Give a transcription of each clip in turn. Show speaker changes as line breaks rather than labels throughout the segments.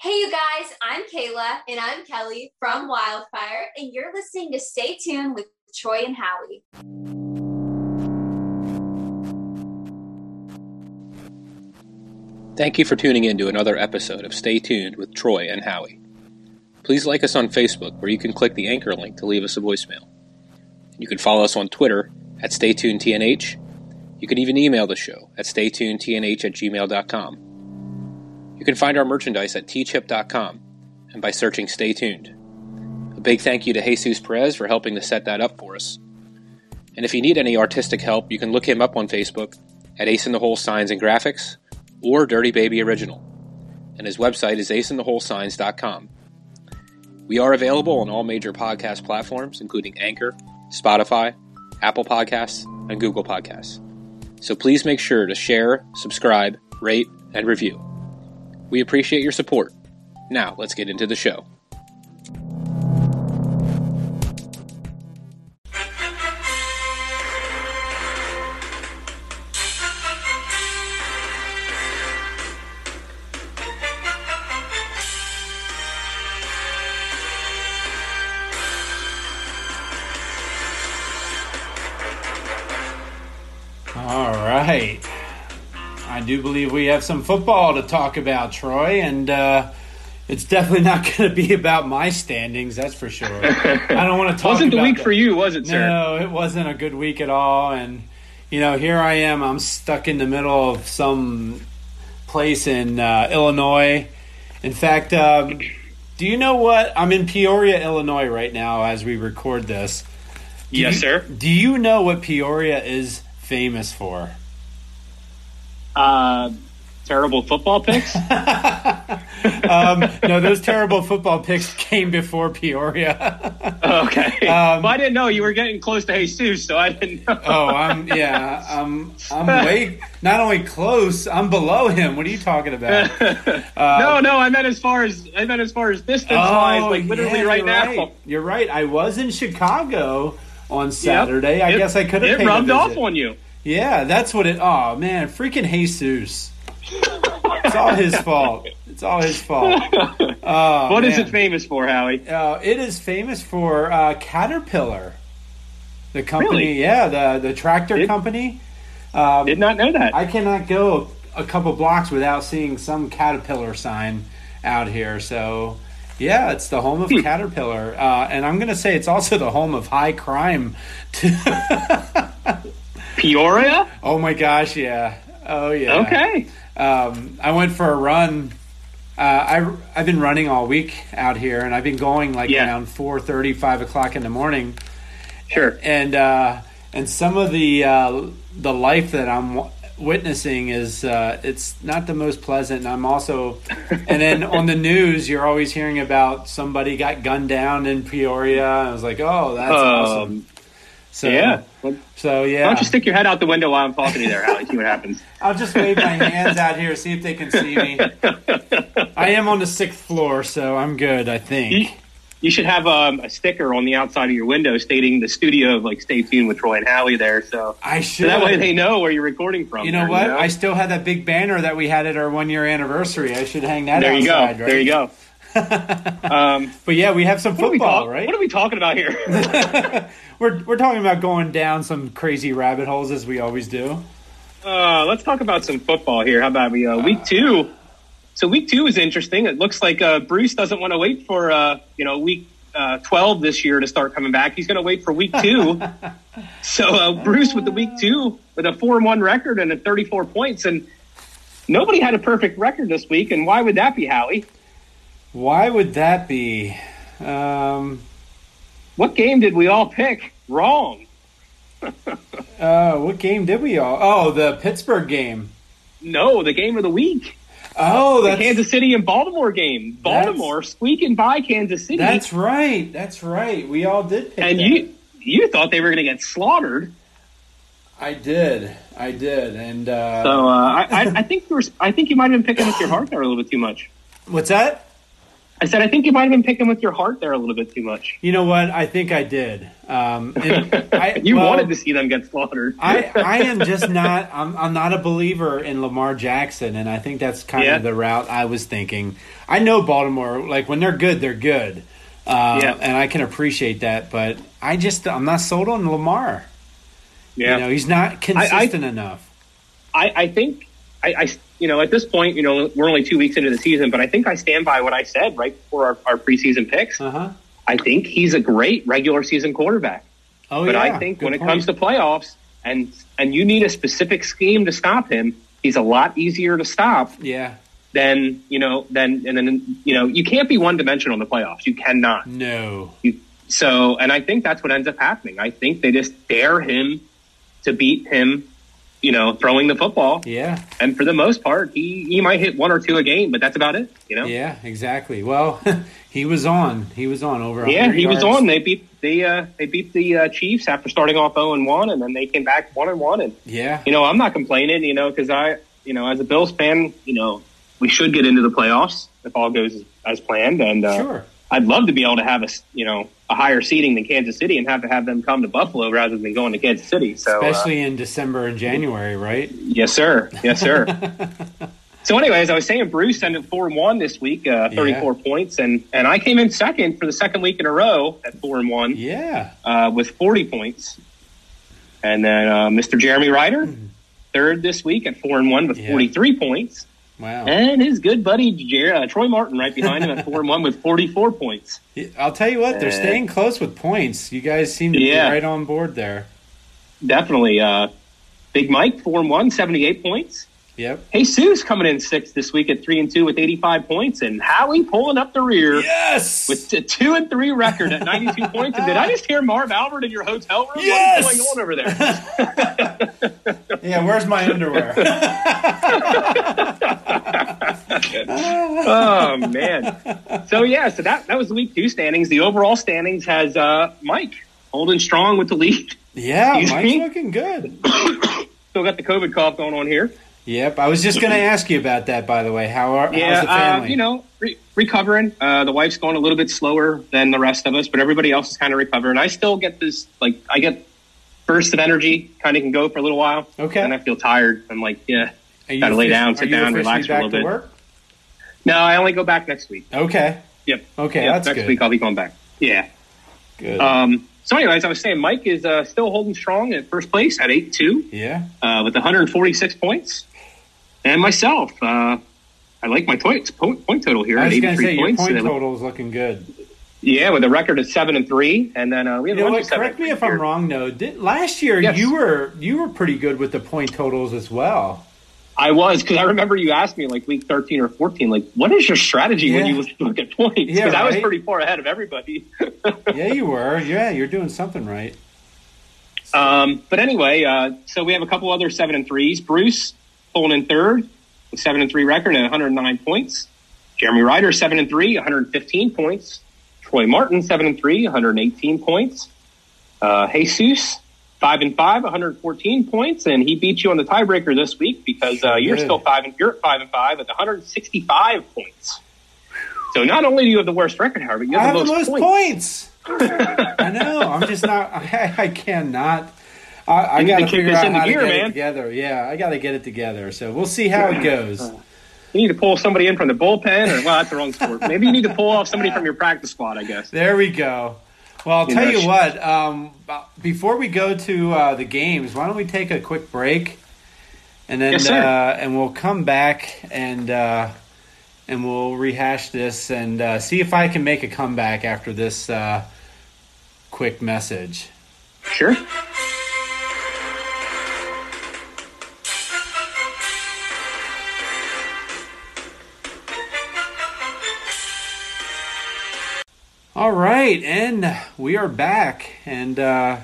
Hey, you guys, I'm Kayla and I'm Kelly from Wildfire, and you're listening to Stay Tuned with Troy and Howie.
Thank you for tuning in to another episode of Stay Tuned with Troy and Howie. Please like us on Facebook, where you can click the anchor link to leave us a voicemail. You can follow us on Twitter at StayTunedTNH. You can even email the show at StayTunedTNH at gmail.com. You can find our merchandise at tchip.com and by searching Stay Tuned. A big thank you to Jesus Perez for helping to set that up for us. And if you need any artistic help, you can look him up on Facebook at Ace in the Hole Signs and Graphics or Dirty Baby Original. And his website is aceintheholesigns.com. We are available on all major podcast platforms, including Anchor, Spotify, Apple Podcasts, and Google Podcasts. So please make sure to share, subscribe, rate, and review. We appreciate your support. Now, let's get into the show.
All right. I do believe we have some football to talk about, Troy, and uh, it's definitely not going to be about my standings, that's for sure. I don't want to talk
Wasn't the
about
week
that.
for you, was it, sir?
No, it wasn't a good week at all. And, you know, here I am. I'm stuck in the middle of some place in uh, Illinois. In fact, um, do you know what? I'm in Peoria, Illinois right now as we record this. Do
Yes,
you-
sir.
Do you know what Peoria is famous for?
Uh, terrible football picks.
um, no, those terrible football picks came before Peoria.
okay.
Um,
well, I didn't know you were getting close to Jesus, so I didn't know.
oh, I'm yeah, I'm I'm way not only close, I'm below him. What are you talking about?
no, no, I meant as far as I meant as far as distance wise, like literally
um, Oh, yeah,
right
you're
now.
You're right. I was in Chicago on Saturday. I
It-
guess I could have.
It
paid a
rubbed off
visit.
on you.
Yeah, that's what it. Oh man, freaking Jesus! It's all his fault. It's all his fault. Oh,
What is
man.
it famous for, Howie?
Uh, it is famous for uh, Caterpillar, the company.
Really?
Yeah, the the tractor
Did-
company. Um,
Did not know that.
I cannot go a couple blocks without seeing some Caterpillar sign out here. So, yeah, it's the home of
Hmm.
Caterpillar, uh, and I'm going to say it's also the home of high crime. too.
Peoria.
oh my gosh! Yeah. Oh yeah.
Okay.
um, I went for a run. Uh, I I've been running all week out here, and I've been going like
Yeah.
around four thirty, five o'clock in the morning,
Sure.
and uh, and some of the uh, the life that I'm w- witnessing is uh, it's not the most pleasant. And I'm also, and then on the news, you're always hearing about somebody got gunned down in Peoria. I was like, oh, that's
Um,
awesome. So
yeah. Why
so yeah.
don't you stick your head out the window while I'm talking to you there, Howie? See what happens.
I'll just wave my hands out here, see if they can see me. I am on the sixth floor, so I'm good, I
You,
think.
you should have um, a sticker on the outside of your window stating the studio of like "Stay tuned with Troy and Howie" there. So
I
So
should.
that way they know where you're recording from.
you know what?
there,
I still had that big banner that we had at our one year anniversary. I should hang that
there you go.
outside, right?
There you go. Um,
But yeah, we have some
what, are we
football,
talk-
right?
what are we talking about here?
We're, we're talking about going down some crazy rabbit holes as we always do.
uh, let's talk about some football here. How about we uh, week two? So week two is interesting. It looks like uh, Bruce doesn't want to wait for uh, you know week uh, twelve this year to start coming back. He's going to wait for week two. so uh, Bruce with the week two with a four and one record and a thirty four points and. Nobody had a perfect record this week, and why would that be, Howie?
Why would that be? Um,
What game did we all pick wrong?
uh, what game did we all? Oh, the Pittsburgh game.
No, the game of the week.
Oh,
the
that's
Kansas City and Baltimore game.
That's-
Baltimore squeaking by Kansas City.
That's right. That's right. We all did pick
and
that.
you you thought they were going to get slaughtered.
I did. I did. And uh,
So uh, I, I, I think you were, I think you might have been picking up your heart there a little bit too much.
what's that?
I I said, I think you might have been picking with your heart there a little bit too much.
You know what? I think I did. Um, and I,
You
well,
wanted to see them get slaughtered.
I, I am just not I'm, I'm not a believer in Lamar Jackson and I think that's kind
Yeah.
of the route I was thinking. I know Baltimore like when they're good they're good. Uh,
Yeah.
and I can appreciate that but I just I'm not sold on Lamar.
yeah.
You know, he's not consistent enough.
I, I think I, I you know at this point you know we're only two weeks into the season, but I think I stand by what I said right before our, our preseason picks.
Uh-huh.
I think he's a great regular season quarterback,
Oh
but
yeah.
I think
Good
when it
point.
comes to playoffs and and you need a specific scheme to stop him, he's a lot easier to stop
Yeah.
than you know than and then you know you can't be one dimensional in the playoffs. You cannot.
No.
You, so, and I think that's what ends up happening. I think they just dare him to beat him, you know, throwing the football.
Yeah.
And for the most part, he, he might hit one or two a game, but that's about it. You know,
Yeah, exactly. Well, he was on. He was on over
Yeah,
100
he was
yards.
on. They beat the uh, they beat the uh, Chiefs after starting off zero and one, and then they came back one and one. And
Yeah.
you know, I'm not complaining. You know, because I you know as a Bills fan, you know, we should get into the playoffs if all goes as, as planned. And uh,
Sure.
I'd love to be able to have a s- you know a higher seating than Kansas City and have to have them come to Buffalo rather than going to Kansas City. So uh,
Especially in December and January, right?
Yes, sir. Yes, sir. so, anyways, I was saying Bruce ended four and one this week, uh, thirty-four points, and and I came in second for the second week in a row at four and one
Yeah.
uh, with forty points, and then uh, Mr. Jeremy Ryder third this week at four and one with
Hmm. Yeah. Oh.
forty-three points,
Wow.
and his good buddy Jer- uh, Troy Martin right behind him at four and one with forty-four points.
I'll tell you what, they're
Uh,
staying close with points. You guys seem to
Yeah.
be right on board there.
Definitely, uh, Big Mike four and one, 78 points.
Yep.
Jesus coming in sixth this week at three and two with eighty-five points, and Howie pulling up the rear.
Yes.
with a two and three record at 92 points. And did I just hear Marv Albert in your hotel room?
Yes!
What is going on over there?
yeah, where's my underwear?
oh man. So yeah, so that that was the week two standings. The overall standings has uh, Mike holding strong with the lead.
yeah,
Excuse
mine's
me?
looking good.
Still got the COVID cough going on here.
Yep. I was just going to ask you about that, by the way. How are how's the
Yeah, uh,
family?
you know, re- recovering. Uh, the wife's going a little bit slower than the rest of us, but everybody else is kind of recovering. I still get this like I get bursts of energy, kind of can go for a little while.
Okay.
And I feel tired. I'm like, yeah.
Are you
gotta lay
offici-
down, sit
are you
down,
officially
relax for a
back
little
to
bit.
Work?
No, I only go back next week.
Okay.
Yep.
Okay,
Yep,
that's
next
good.
week I'll be going back. Yeah.
Good.
Um, so, anyways, I was saying Mike is uh, still holding strong at first place at eight two
yeah.
uh, with 146 points, and myself. Uh, I like my points point, point total here
I
at
was going to
83
say your
points.
point
And then-
total is looking good.
yeah, with a record of seven and three, and then uh, we
You
have
know
a bunch
what?
of seven
Correct
and
me if
three
I'm
here.
wrong, though. Did, last year
Yes.
you were you were pretty good with the point totals as well.
I was because I remember you asked me like week 13 or 14, like, what is your strategy when
Yeah.
you look at points? Because
Yeah,
I was
right.
pretty far ahead of everybody.
yeah, you were. Yeah, you're doing something right.
Um, but anyway, uh, so we have a couple other seven and threes. Bruce pulling in third, with seven and three record at 109 points. Jeremy Ryder seven and three, 115 points. Troy Martin seven and three, 118 points. Uh, Jesus five and five, 114 points, and he beat you on the tiebreaker this week because uh, you're
Good.
still five and you're at five and five with 165 points. So not only do you have the worst record, however, you
I
have,
have the most
points.
points. I know. I'm just not. I, I cannot. I, I
You need
got to
to kick
figure
this
out
into
how
gear,
to get it
man.
together. Yeah, I got to get it together. So we'll see how it goes.
You need to pull somebody in from the bullpen, or well, that's the wrong sport. Maybe you need to pull off somebody from your practice squad. I guess.
There we go. Well, I'll tell
know,
you
sh-
what. Um, b- before we go to uh, the games, why don't we take a quick break, and then
Yes,
uh,
sir.
and we'll come back and uh, and we'll rehash this and uh, see if I can make a comeback after this uh, quick message.
Sure.
All right, and we are back. And uh,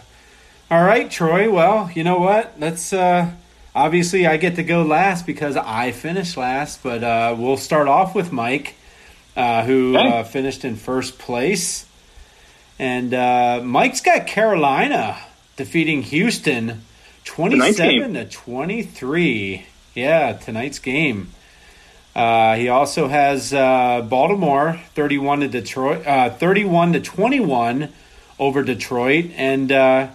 all right, Troy. Well, you know what? Let's. Uh, obviously, I get to go last because I finished last. But uh, we'll start off with Mike, uh, who
Okay.
uh, finished in first place. And uh, Mike's got Carolina defeating Houston,
game.
twenty-seven to twenty-three. Yeah, tonight's game. Uh, he also has uh, Baltimore thirty-one to Detroit, uh, thirty-one to twenty-one over Detroit, and uh,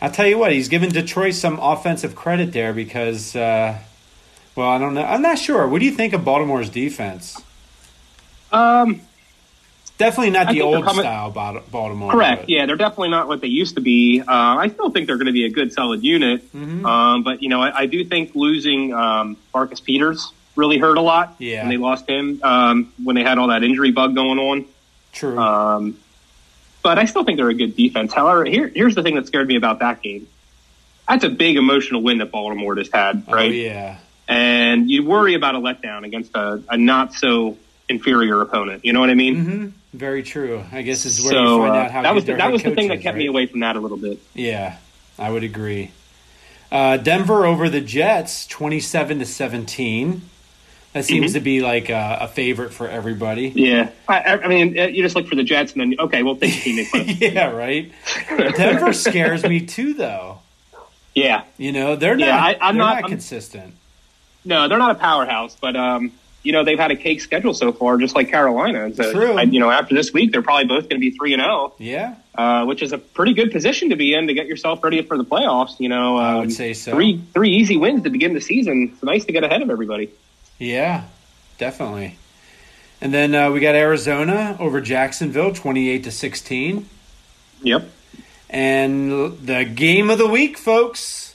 I'll tell you what, he's given Detroit some offensive credit there because, uh, well, I don't know, I'm not sure. What do you think of Baltimore's defense?
Um,
Definitely not
I
the
think they're
old
coming-
style Bal- Baltimore.
correct.
but-
Yeah, they're definitely not what they used to be. Uh, I still think they're going to be a good, solid unit.
Mhm.
Um, but you know, I, I do think losing um, Marcus Peters really hurt a lot.
Yeah.
and they lost him um, when they had all that injury bug going on.
True.
Um, but I still think they're a good defense. However, here, here's the thing that scared me about that game. That's a big emotional win that Baltimore just had,
Oh,
right?
yeah.
And you worry about a letdown against a, a not so inferior opponent. You know what I mean?
hmm Very true. I guess is where you
So
find
uh,
out how
that
good
was the,
their
that
head
was the
coach
thing that
is,
kept
right?
me away from that a little bit.
Yeah, I would agree. Uh, Denver over the Jets, twenty-seven to seventeen. That seems to be like a, a favorite for everybody.
Mm-hmm. Yeah, I, I- I mean, uh, you just look for the Jets, and then okay, we'll take the team they play.
yeah, right. Denver scares me too, though.
yeah,
You know they're not.
Yeah, I- I'm
they're
not-
not,
I'm-
consistent.
no, they're not a powerhouse, but um, you know they've had a cake schedule so far, just like Carolina. And so,
True.
I, you know, after this week, they're probably both going to be three and zero,
Yeah,
uh, which is a pretty good position to be in to get yourself ready for the playoffs. You know, um,
I would say so.
three three easy wins to begin the season. It's nice to get ahead of everybody.
Yeah, definitely. And then uh, we got Arizona over Jacksonville, twenty-eight to sixteen.
Yep.
And l- the game of the week, folks.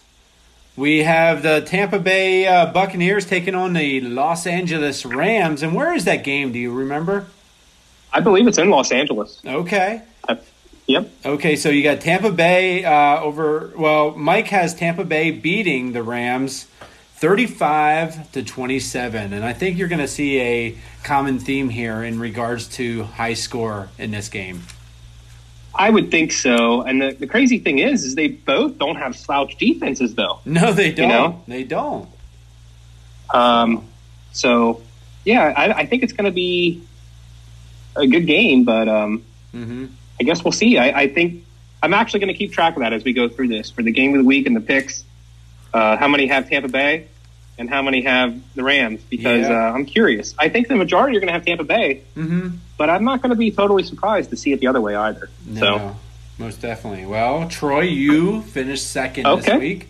We have the Tampa Bay uh, Buccaneers taking on the Los Angeles Rams. And where is that game? Do you remember?
I believe it's in Los Angeles.
Okay.
Uh, Yep.
Okay, so you got Tampa Bay uh, over. Well, Mike has Tampa Bay beating the Rams 35 to 27. And I think you're going to see a common theme here in regards to high score in this game.
I would think so. And the, the crazy thing is, is they both don't have slouch defenses, though.
No, they don't.
know?
They don't.
Um, so, yeah, I, I think it's going to be a good game, but um,
hmm
I guess we'll see. I, I think I'm actually going to keep track of that as we go through this for the game of the week and the picks. Uh, how many have Tampa Bay and how many have the Rams? Because
Yeah.
uh, I'm curious. I think the majority are going to have Tampa Bay,
hmm
but I'm not going to be totally surprised to see it the other way either.
No,
So,
most definitely. Well, Troy, you finished second
Okay.
this week,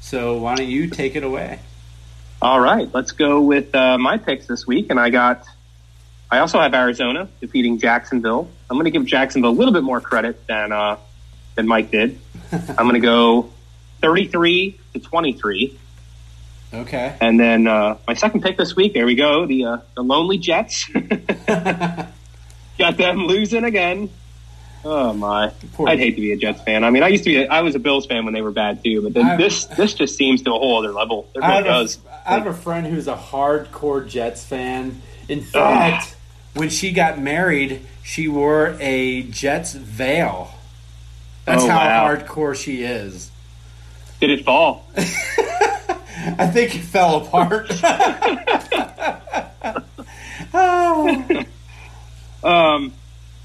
so why don't you take it away?
all right, let's go with uh, my picks this week. And I got, I also have Arizona defeating Jacksonville. I'm going to give Jacksonville a little bit more credit than uh, than Mike did. I'm going to go 33 to 23.
Okay.
And then uh, my second pick this week, there we go, the uh, the Lonely Jets. Got them losing again. Oh my!
Poor-
I'd hate to be a Jets fan. I mean, I used to be. A, I was a Bills fan when they were bad too, but
I-
then this this just seems to a whole other level. It
I
really
have, a,
does.
I have a friend who's a hardcore Jets fan. In fact, when she got married, she wore a Jets veil. That's
Oh,
how
wow.
hardcore she is.
Did it fall?
I think it fell apart. oh.
Um,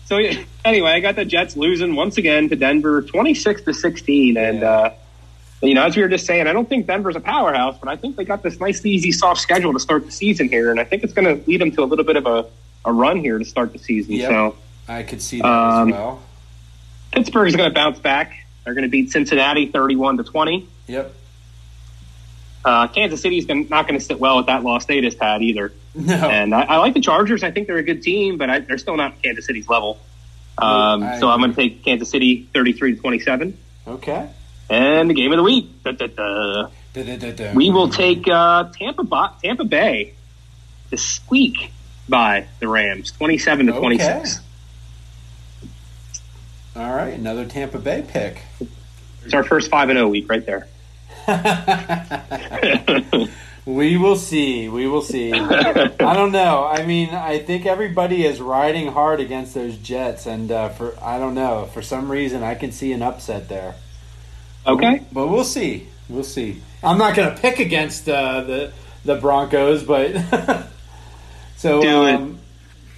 so yeah, anyway, I got the Jets losing once again to Denver, twenty six to sixteen, and
Yeah.
uh, you know, as we were just saying, I don't think Denver's a powerhouse, but I think they got this nice, easy, soft schedule to start the season here, and I think it's going to lead them to a little bit of a, a run here to start the season.
Yep.
So
I could see that
Um,
as well.
Pittsburgh's going to bounce back. They're going to beat Cincinnati thirty one to twenty.
Yep.
Uh, Kansas City's gonna, not going to sit well with that loss they just had either.
No.
And I, I like the Chargers. I think they're a good team, but I, they're still not Kansas City's level. Um,
I
so I'm
agree.
going to take Kansas City thirty three to twenty seven.
Okay.
And the game of the week. Da, da, da.
Da-da-da-da.
We will take uh, Tampa, Bo- Tampa Bay to squeak by the Rams, 27 to
Okay.
26.
All right, another Tampa Bay pick.
It's our first 5 and 0 week right there.
we will see. We will see. I don't know. I mean, I think everybody is riding hard against those Jets, and uh, for I don't know for some reason I can see an upset there.
Okay.
But we'll see. We'll see. I'm not going to pick against uh, the the Broncos, but so
Do it.
um,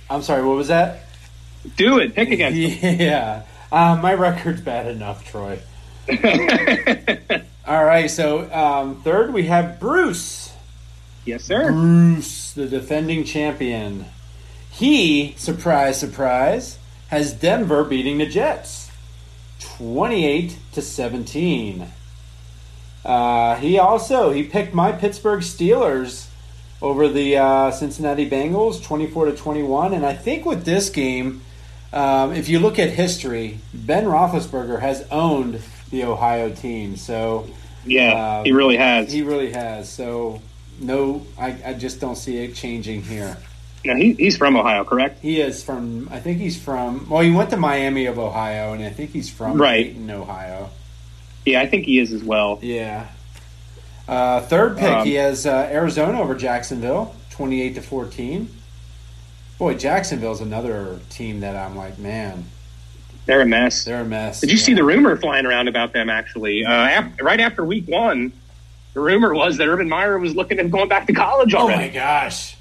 I'm sorry. What was that?
Do it. Pick against them.
Yeah. Uh, my record's bad enough, Troy. All right. So, um, third, we have Bruce
Yes, sir.
Bruce, the defending champion. He, surprise, surprise, has Denver beating the Jets 28 to 17. Uh, he also he picked my Pittsburgh Steelers over the uh, Cincinnati Bengals 24 to 21 and I think with this game um, if you look at history Ben Roethlisberger has owned the Ohio team so
Yeah,
Um,
he really has.
he really has so no I, I just don't see it changing here
now, he, he's from Ohio, correct?
He is from. I think he's from. Well, he went to Miami of Ohio, and I think he's from
Right.
Dayton, Ohio.
Yeah, I think he is as well.
Yeah. Uh, third pick,
Um,
he has uh, Arizona over Jacksonville, twenty-eight to fourteen. Boy, Jacksonville's another team that I'm like, man,
They're a mess.
they're a mess.
Did you
Yeah.
see the rumor flying around about them? Actually, uh, af right after week one, the rumor was that Urban Meyer was looking at going back to college
Oh my
already.
gosh.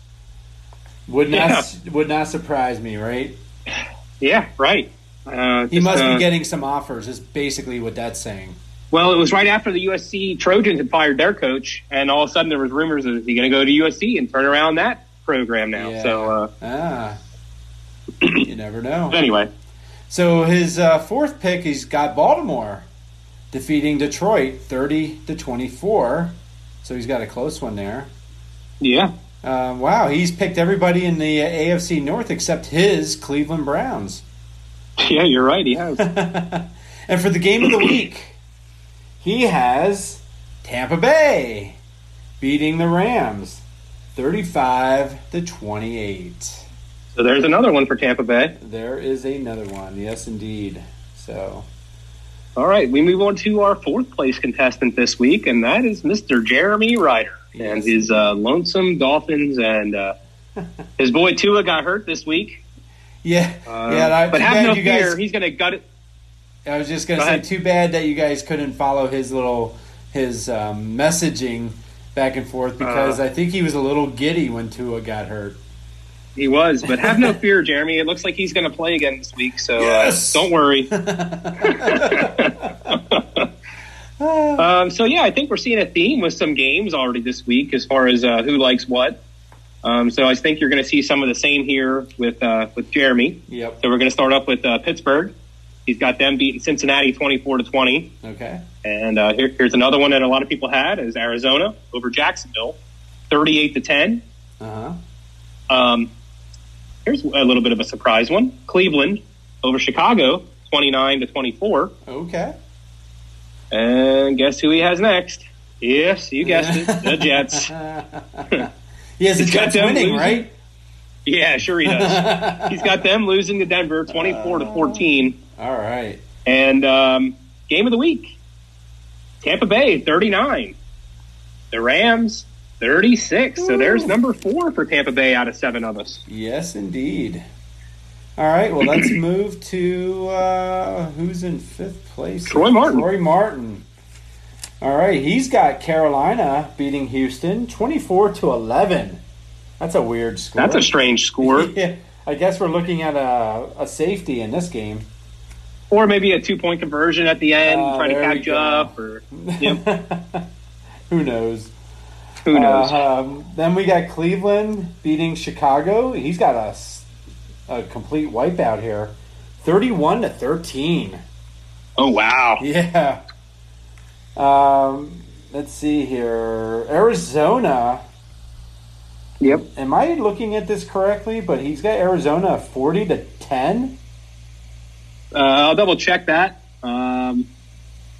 Would not would not surprise me, right?
yeah, right. Uh,
He
just,
must
uh,
be getting some offers. Is basically what that's saying.
Well, it was right after the USC Trojans had fired their coach, and all of a sudden there was rumors that he going to go to USC and turn around that program now.
Yeah.
So uh,
Ah, you never know.
but anyway,
So his uh, fourth pick, he's got Baltimore defeating Detroit thirty to twenty four. So he's got a close one there.
yeah,
Uh, wow, he's picked everybody in the uh, AFC North except his Cleveland Browns.
yeah, you're right. He has.
and for the game of the week, he has Tampa Bay beating the Rams thirty five to twenty eight.
so there's another one for Tampa Bay.
There is another one, yes indeed. So
All right, we move on to our fourth place contestant this week, and that is Mr. Jeremy Ryder and
Yes.
his uh, lonesome Dolphins, and uh, his boy Tua got hurt this week.
yeah,
Uh,
yeah. and I-
but
too
have
bad
no
you guys-
fear, he's going to gut it.
I was just gonna
Go
say,
ahead.
too bad that you guys couldn't follow his little his um, messaging back and forth because
Uh.
I think he was a little giddy when Tua got hurt.
He was, but have no fear, Jeremy. It looks like he's going to play again this week, so
Yes!
uh, don't worry. um, so yeah, I think we're seeing a theme with some games already this week as far as uh, who likes what. Um, so I think you're going to see some of the same here with uh, with Jeremy.
Yep.
So we're going to start up with uh, Pittsburgh. He's got them beating Cincinnati 24 to 20.
Okay.
And uh, here, here's another one that a lot of people had is Arizona over Jacksonville, 38 to 10.
Uh huh.
Um, here's a little bit of a surprise one: Cleveland over Chicago, 29 to 24.
Okay.
And guess who he has next? Yes, you guessed it, the Jets.
Yes,
He's
the
got
Jets
them
winning,
losing.
right?
Yeah, sure he does. He's got them losing to Denver, 24 to 14.
All right.
And um, game of the week: Tampa Bay, 39. The Rams, 36. So there's number four for Tampa Bay out of seven of us.
Yes, indeed. All right. Well, let's move to uh, who's in fifth place.
Troy Martin.
Troy Martin. All right. He's got Carolina beating Houston, twenty-four to eleven. That's a weird score.
That's a strange score,
yeah, I guess we're looking at a, a safety in this game.
or maybe a two point conversion at the end,
Oh,
trying to
there you
catch
go.
up, or Yep.
Who knows?
who knows.
Uh, um, then we got Cleveland beating Chicago. He's got a, s- a complete wipeout here, thirty-one to thirteen.
Oh wow!
Yeah. Um, let's see here. Arizona.
Yep.
Am I looking at this correctly? But he's got Arizona forty to ten.
Uh, I'll double check that. Um,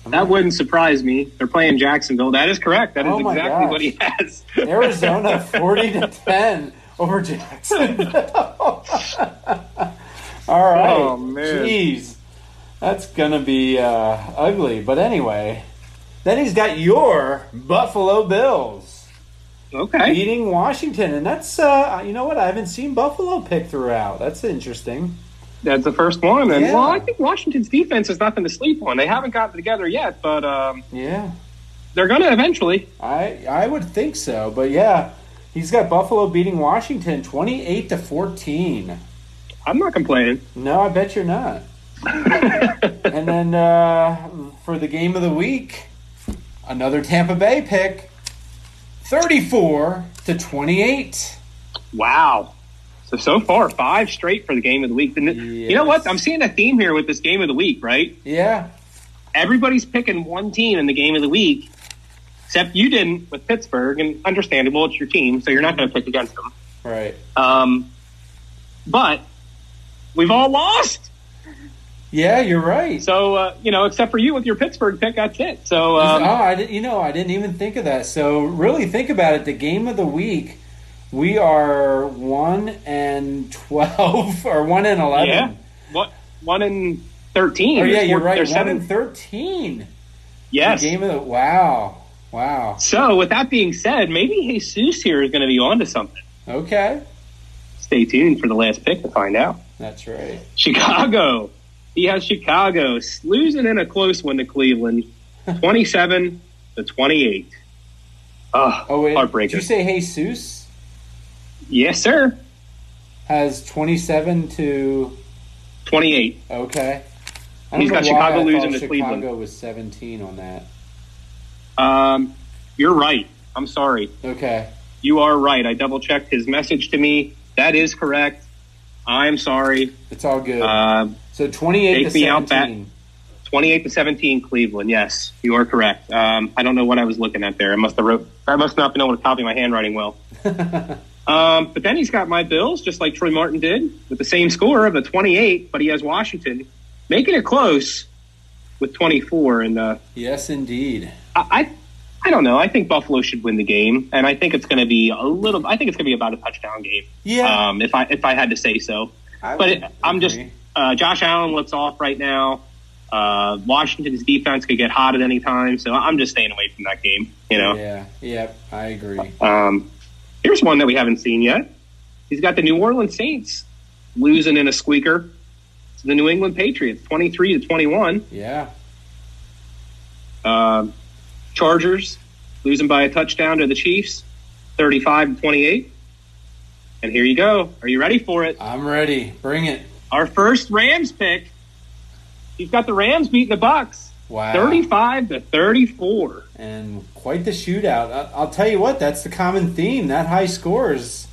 that wouldn't surprise me. They're playing Jacksonville. That is correct. That is
Oh, my
exactly
gosh.
what he has.
Arizona forty to ten over Jacksonville. All right.
Oh, man.
Jeez, that's gonna be uh, ugly. But anyway, then he's got your Buffalo Bills.
okay.
beating Washington, and that's uh, you know what I haven't seen Buffalo pick throughout. That's interesting.
That's the first one. And
Yeah.
well, I think Washington's defense is nothing to sleep on. They haven't gotten together yet, but um,
Yeah,
they're going to eventually.
I I would think so, but yeah, he's got Buffalo beating Washington twenty eight to fourteen.
I'm not complaining.
No, I bet you're not. and then uh, for the game of the week, another Tampa Bay pick, 34 to 28.
Wow. So so far, five straight for the game of the week. And You know
Yes.
what? I'm seeing a theme here with this game of the week, right?
Yeah.
Everybody's picking one team in the game of the week, except you didn't with Pittsburgh, and understandable, it's your team, so you're not going to pick against them.
Right.
Um, but we've all lost.
Yeah, you're right.
So uh, you know, except for you with your Pittsburgh pick, that's it. So
oh,
um,
I didn't, you know, I didn't even think of that. So really think about it. The game of the week, we are 1 and 12 or 1 and 11.
yeah, what one in thirteen?
Oh yeah,
There's
you're
four-
right.
there's
One
seven.
and 13.
yes.
The game of the wow. Wow.
So with that being said, maybe Jesus here is going to be onto something.
Okay.
Stay tuned for the last pick to find out.
That's right.
Chicago. He has Chicago s- losing in a close one to Cleveland, twenty-seven to twenty-eight. Oh,
Oh wait. Did you
heartbreaker.
say Jesus
yes, sir.
has 27 to
Twenty-eight.
okay. I don't
He's
know
got
why
Chicago
I thought
losing to
Chicago
Cleveland.
was 17 on that.
Um, you're right. I'm sorry.
Okay.
You are right. I double checked his message to me. That is correct. I'm sorry.
It's all good.
Uh,
so 28 to
take me out
17.
back. 28 to 17, Cleveland. Yes, you are correct. Um, I don't know what I was looking at there. I must have wrote. I must not been able to copy my handwriting well. um, but then he's got my Bills, just like Troy Martin did, with the same score of the 28, but he has Washington making it close with 24. And uh,
Yes, indeed.
I, I, I don't know. I think Buffalo should win the game, and I think it's going to be a little. I think it's going to be about a touchdown game.
Yeah.
Um, if I if I had to say so,
I
but
would
it, I'm just
agree.
uh, Josh Allen looks off right now. Uh, Washington's defense could get hot at any time, so I'm just staying away from that game. You know,
Yeah. Yep. I agree.
um, here's one that we haven't seen yet. He's got the New Orleans Saints losing in a squeaker to the New England Patriots, 23 to 21.
Yeah.
Um, Chargers losing by a touchdown to the Chiefs, 35 to 28. And here you go. Are you ready for it?
I'm ready. Bring it.
Our first Rams pick. He's got the Rams beating the Bucks,
Wow.
35 to 34.
and quite the shootout. I- I'll tell you what, that's the common theme. That high scores.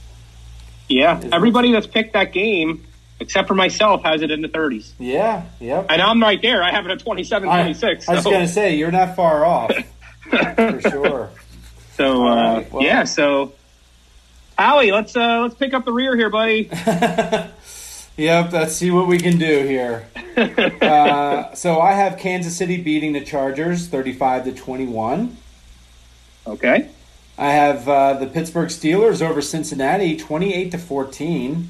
Yeah, everybody that's picked that game, except for myself, has it in the 30s,
Yeah, yep.
and I'm right there. I have it at 27,
I,
26.
I was
so,
going to say, you're not far off. for sure.
so, uh,
All right, well-
yeah. So, Howie, let's uh, let's pick up the rear here, buddy.
Yep, let's see what we can do here. uh, so I have Kansas City beating the Chargers 35 to 21.
Okay.
I have uh, the Pittsburgh Steelers over Cincinnati 28 to 14.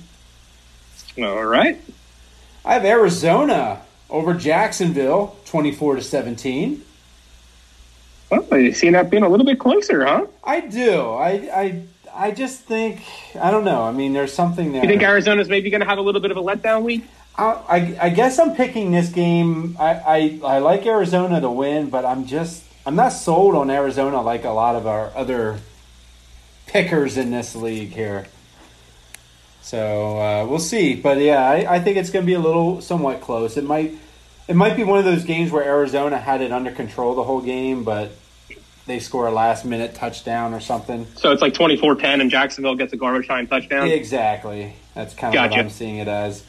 All right.
I have Arizona over Jacksonville 24 to 17.
Well, you see that being a little bit closer, huh?
I do. I I I just think I don't know. I mean, there's something there.
You think Arizona's maybe going to have a little bit of a letdown week?
I, I I guess I'm picking this game. I, I I like Arizona to win, but I'm just I'm not sold on Arizona like a lot of our other pickers in this league here. So uh, we'll see, but yeah, I, I think it's going to be a little somewhat close. It might it might be one of those games where Arizona had it under control the whole game, but they score a last minute touchdown or something.
So it's like 24-10 and Jacksonville gets a garbage time touchdown.
Exactly. That's kind of what
Gotcha.
I'm seeing it as.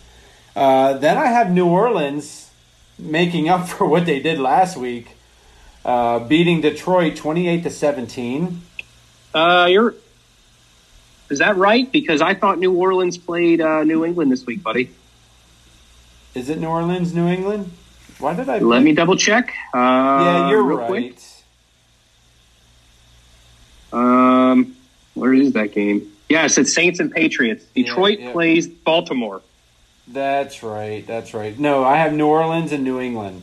Uh, then I have New Orleans making up for what they did last week, uh, beating Detroit 28 to 17.
Uh, you're is that right? Because I thought New Orleans played uh, New England this week, buddy.
Is it New Orleans, New England? Why did I?
Let me double check. Uh,
yeah, you're
real
right.
quick. Um, where is that game? Yes, it's Saints and Patriots.
Yeah,
Detroit
yeah.
plays Baltimore.
That's right. That's right. No, I have New Orleans and New England.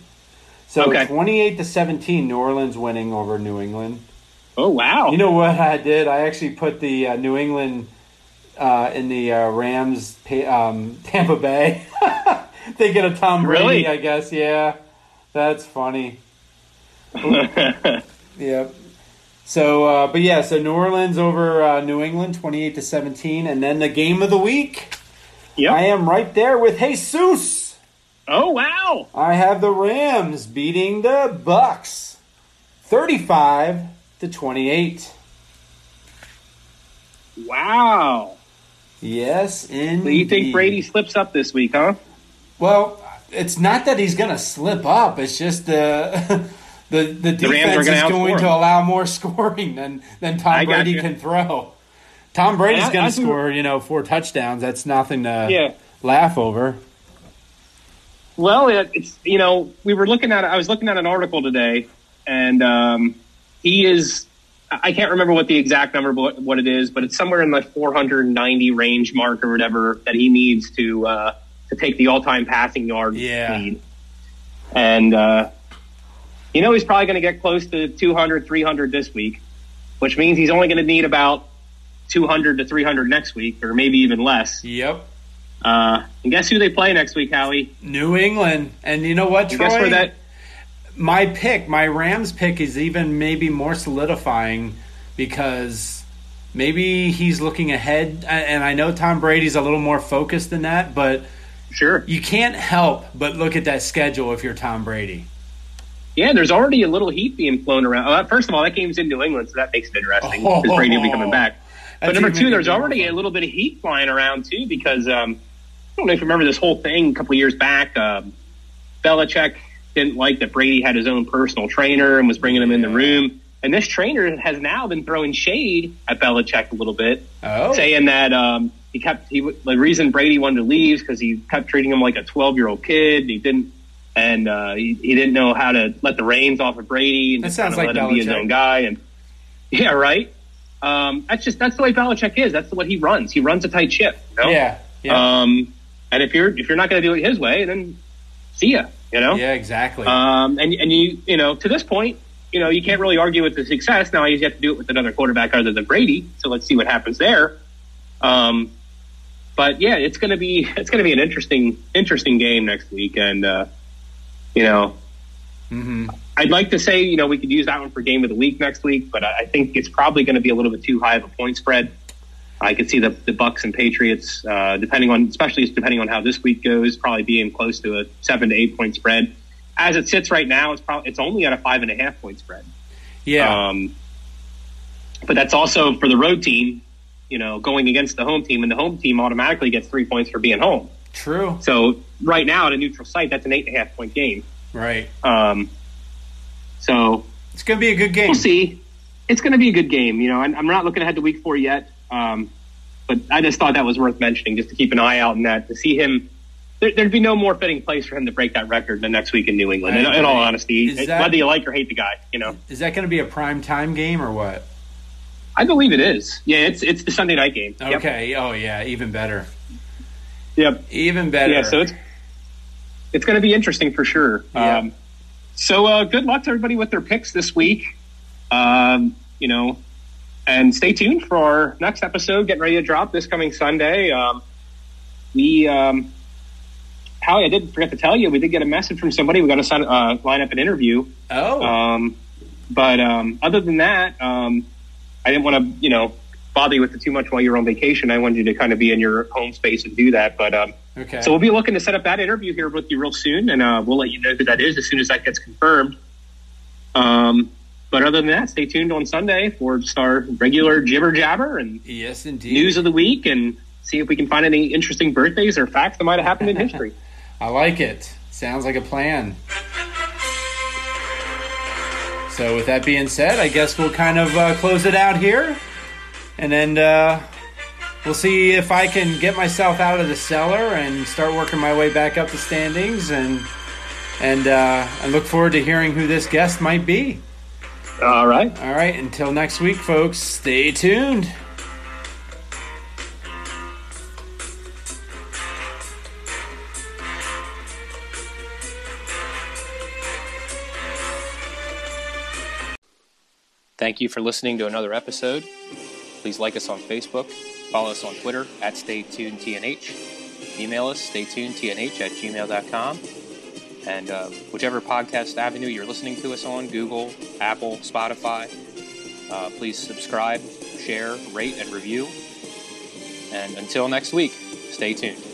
So
Okay.
28 to 17, New Orleans winning over New England.
Oh wow!
You know what I did? I actually put the uh, New England uh, in the uh, Rams, pa- um, Tampa Bay. they get a Tom Brady,
Really?
I guess. Yeah, that's funny. Yep. So, uh, but yeah, so New Orleans over uh, New England, twenty-eight to seventeen, and then the game of the week.
Yep.
I am right there with Jesus.
oh wow!
I have the Rams beating the Bucks, thirty-five to twenty-eight.
Wow.
Yes, indeed.
So you think Brady slips up this week, huh?
Well, it's not that he's going to slip up. It's just the the the
The Rams are
defense
gonna
is going
outscore
to
him.
allow more scoring than than Tom
I
Brady
gotcha.
can throw. Tom Brady's
I- I
going to
think-
score, you know, four touchdowns. That's nothing to
Yeah.
laugh over.
Well, it, it's you know we were looking at I was looking at an article today, and um, he is I I can't remember what the exact number but what it is, but it's somewhere in the 490 range mark or whatever that he needs to uh, to take the all time passing yard
Yeah.
lead. And uh, you know he's probably going to get close to 200, 300 this week, which means he's only going to need about 200 to 300 next week, or maybe even less.
Yep.
Uh, and guess who they play next week, Howie?
New England, and you know what,
And
Troy?
guess where that
my pick, my Rams pick, is even maybe more solidifying because maybe he's looking ahead, a- and I know Tom Brady's a little more focused than that, but
sure.
you can't help but look at that schedule if you're Tom Brady.
Yeah, there's already a little heat being flown around. Uh, first of all, that game's in New England, so that makes it interesting
Oh.
because Brady will be coming back. But
That's
number
even
two,
gonna
there's
be
already a
wonderful.
little bit of heat flying around too because um, I don't know if you remember this whole thing a couple of years back. Um, Belichick didn't like that Brady had his own personal trainer and was bringing him in the room. And this trainer has now been throwing shade at Belichick a little bit
Oh,
saying that um, he kept he w- the reason Brady wanted to leave because he kept treating him like a twelve year old kid. And he didn't, and uh, he, he didn't know how to let the reins off of Brady and
That
just
sounds
kinda let
like
him be his
Belichick.
own guy. And yeah, right. Um, that's just that's the way Belichick is. That's what he runs. He runs a tight ship. You know?
yeah, yeah,
Um, and if you're if you're not going to do it his way, then see ya. You know.
yeah, exactly.
Um, and and you you know to this point, you know you can't really argue with the success. Now you just have to do it with another quarterback other than Brady. So let's see what happens there. Um, but yeah, it's gonna be it's gonna be an interesting interesting game next week, and uh, you know
hmm
I'd like to say you know we could use that one for game of the week next week, but I I think it's probably going to be a little bit too high of a point spread. I could see the the Bucks and Patriots, uh, depending on especially depending on how this week goes, probably being close to a seven to eight point spread. As it sits right now, it's probably it's only at a five and a half point spread.
Yeah,
Um, but that's also for the road team, you know, going against the home team, and the home team automatically gets three points for being home.
true.
So right now at a neutral site, that's an eight and a half point game.
Right.
Um, so
It's gonna be a good game.
we'll see. It's going to be a good game. You know, I'm, I'm not looking ahead to week four yet, um, but I just thought that was worth mentioning just to keep an eye out on that to see him. There, there'd be no more fitting place for him to break that record than next week in New England. In, in all honesty,
Is that- Mm.
whether you like or hate the guy, you know,
Is that gonna be a prime time game or what?
I believe it is. Yeah, it's it's the Sunday night game. Yep.
Okay. Oh yeah, even better.
Yep.
Even better.
Yeah, so it's it's going to be interesting for sure.
Yeah.
Um, so uh, good luck to everybody with their picks this week. Um, you know, and stay tuned for our next episode getting ready to drop this coming Sunday. Um, we, um, Howie, I did forget to tell you, we did get a message from somebody. We got to sign, uh, line up an interview.
oh.
Um, but um, other than that, um, I didn't want to, you know, bother you with it too much while you were on vacation. I wanted you to kind of be in your home space and do that. But um,
okay.
so we'll be looking to set up that interview here with you real soon, and uh, we'll let you know who that is as soon as that gets confirmed. Um, but other than that, stay tuned on Sunday for just our regular jibber jabber and
yes, indeed.
news of the week, and see if we can find any interesting birthdays or facts that might have happened in history.
I like it. Sounds like a plan. So, with that being said, I guess we'll kind of uh, close it out here. And then uh, we'll see if I can get myself out of the cellar and start working my way back up the standings. And and uh, I look forward to hearing who this guest might be.
All right.
All right, until next week, folks, stay tuned.
Thank you for listening to another episode. Please like us on Facebook, follow us on Twitter at StayTunedTNH, email us staytunedtnh at gmail.com, and uh, whichever podcast avenue you're listening to us on Google, Apple, Spotify uh, please subscribe, share, rate, and review. And until next week, stay tuned.